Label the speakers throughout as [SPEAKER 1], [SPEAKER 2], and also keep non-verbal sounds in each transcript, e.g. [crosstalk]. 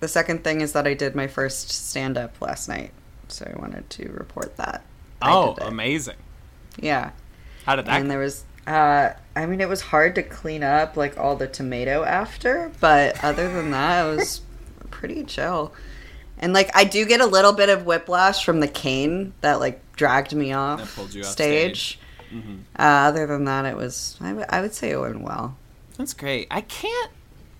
[SPEAKER 1] The second thing is that I did my first stand up last night, so I wanted to report that. I
[SPEAKER 2] Oh,
[SPEAKER 1] did it.
[SPEAKER 2] amazing.
[SPEAKER 1] Yeah.
[SPEAKER 2] How did that
[SPEAKER 1] and there was uh I mean it was hard to clean up like all the tomato after, but other than that it was [laughs] pretty chill. And like I do get a little bit of whiplash from the cane that like dragged me off
[SPEAKER 2] That pulled you off Mm-hmm.
[SPEAKER 1] stage. Uh, other than that, it was I would- I would say it went well.
[SPEAKER 2] That's great. I can't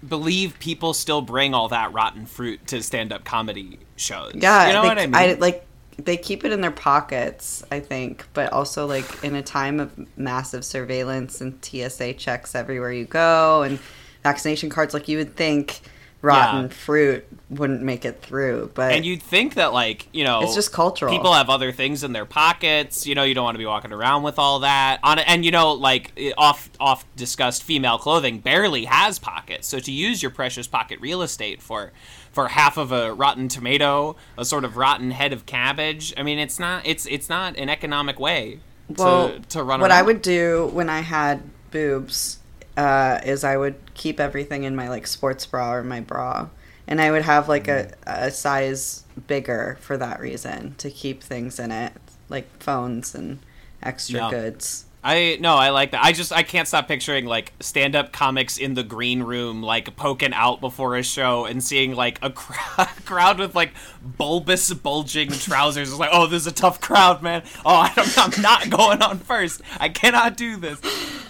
[SPEAKER 2] believe people still bring all that rotten fruit to stand-up comedy shows.
[SPEAKER 1] Yeah,
[SPEAKER 2] you know
[SPEAKER 1] they,
[SPEAKER 2] what I mean.
[SPEAKER 1] like they keep it in their pockets, I think, but also like in a time of massive surveillance and TSA checks everywhere you go and vaccination cards, like you would think rotten
[SPEAKER 2] Yeah.
[SPEAKER 1] fruit wouldn't make it through, but
[SPEAKER 2] and you'd think that like you know
[SPEAKER 1] It's just cultural.
[SPEAKER 2] people have other things in their pockets you know you don't want to be walking around with all that on and you know like it- off off discussed female clothing barely has pockets so to use your precious pocket real estate for for half of a rotten tomato a sort of rotten head of cabbage i mean it's not it's it's not an economic way to, to run
[SPEAKER 1] what
[SPEAKER 2] around.
[SPEAKER 1] I would do when I had boobs uh, is I would keep everything in my like sports bra or my bra, and I would have like a,
[SPEAKER 2] Mm-hmm.
[SPEAKER 1] a size bigger for that reason to keep things in it, like phones and extra
[SPEAKER 2] Yeah.
[SPEAKER 1] goods.
[SPEAKER 2] I no, I like that. I just I can't stop picturing like stand-up comics in the green room, like poking out before a show and seeing like [laughs] a crowd, crowd with like bulbous, bulging trousers. It's like, oh, this is a tough crowd, man. Oh, I don't, I'm not going on first. I cannot do this.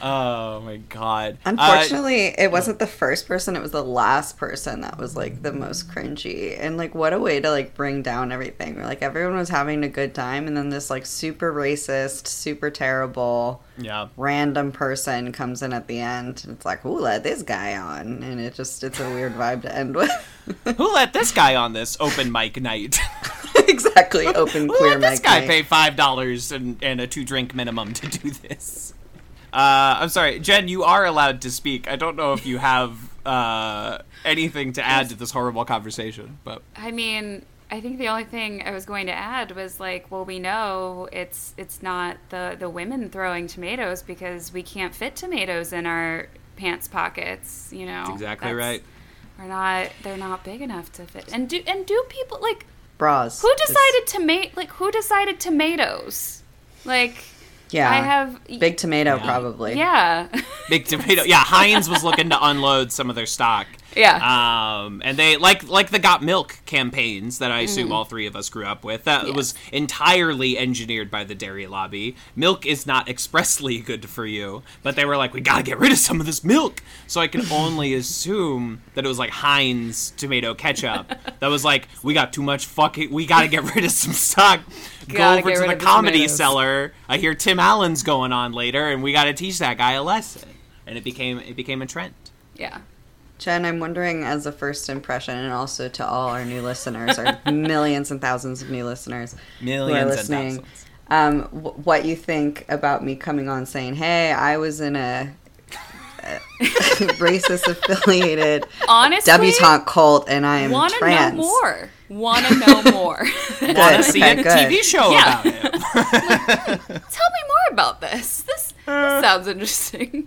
[SPEAKER 2] Oh my god. Uh,
[SPEAKER 1] Unfortunately, it wasn't the first person; it was the last person that was like the most cringy. And like, what a way to like bring down everything. Where, like everyone was having a good time, and then this like super racist, super terrible.
[SPEAKER 2] yeah.
[SPEAKER 1] random person comes in at the end and it's like who let this guy on and it just it's a weird vibe to end with [laughs]
[SPEAKER 2] Who let this guy on this open mic night? [laughs]
[SPEAKER 1] exactly open
[SPEAKER 2] Who
[SPEAKER 1] queer
[SPEAKER 2] let this
[SPEAKER 1] mic
[SPEAKER 2] guy
[SPEAKER 1] night.
[SPEAKER 2] pay five dollars and, and a two drink minimum to do this? Uh, I'm sorry, Jen. You are allowed to speak. I don't know if you have uh, anything to add to this horrible conversation, but
[SPEAKER 3] I mean, I think the only thing I was going to add was like, well, we know it's it's not the the women throwing tomatoes because we can't fit tomatoes in our pants pockets. You know,
[SPEAKER 2] exactly
[SPEAKER 3] That's-
[SPEAKER 2] right.
[SPEAKER 3] We're not. They're not big enough to fit. And do and do people like
[SPEAKER 1] bras
[SPEAKER 3] who
[SPEAKER 1] It's-
[SPEAKER 3] decided to make like who decided tomatoes? Like
[SPEAKER 1] yeah
[SPEAKER 3] I have
[SPEAKER 1] big tomato probably
[SPEAKER 3] Yeah. [laughs]
[SPEAKER 2] Big tomato. Yeah, Heinz was looking to unload some of their stock.
[SPEAKER 3] yeah.
[SPEAKER 2] Um, and they like like the Got Milk campaigns that I assume all three of us grew up with. That was entirely engineered by the dairy lobby. Milk is not expressly good for you, but they were like, we gotta get rid of some of this milk. So I can only assume that it was like Heinz tomato ketchup that was like, we got too much fucking, we gotta get rid of some stock. Go
[SPEAKER 3] Gotta
[SPEAKER 2] over
[SPEAKER 3] get
[SPEAKER 2] to
[SPEAKER 3] rid
[SPEAKER 2] the
[SPEAKER 3] of the
[SPEAKER 2] comedy
[SPEAKER 3] tomatoes.
[SPEAKER 2] cellar. I hear Tim Allen's going on later, and we gotta teach that guy a lesson. And it became it became a trend.
[SPEAKER 3] yeah.
[SPEAKER 1] jen i'm wondering as a first impression and also to all our new listeners
[SPEAKER 2] [laughs]
[SPEAKER 1] our millions and thousands of new listeners who are
[SPEAKER 2] Millions and
[SPEAKER 1] listening
[SPEAKER 2] thousands.
[SPEAKER 1] um, wh- what you think about me coming on saying hey i was in a [laughs] racist affiliated
[SPEAKER 3] Honestly,
[SPEAKER 1] debutante cult and i am
[SPEAKER 3] want to know
[SPEAKER 1] trans
[SPEAKER 3] more. Want to know
[SPEAKER 1] [laughs]
[SPEAKER 3] more.
[SPEAKER 1] Good.
[SPEAKER 2] want to see
[SPEAKER 1] Okay,
[SPEAKER 2] a
[SPEAKER 1] good.
[SPEAKER 2] TV show
[SPEAKER 3] Yeah.
[SPEAKER 2] about
[SPEAKER 3] [laughs]
[SPEAKER 2] it.
[SPEAKER 3] Tell me more about this. This, this sounds interesting.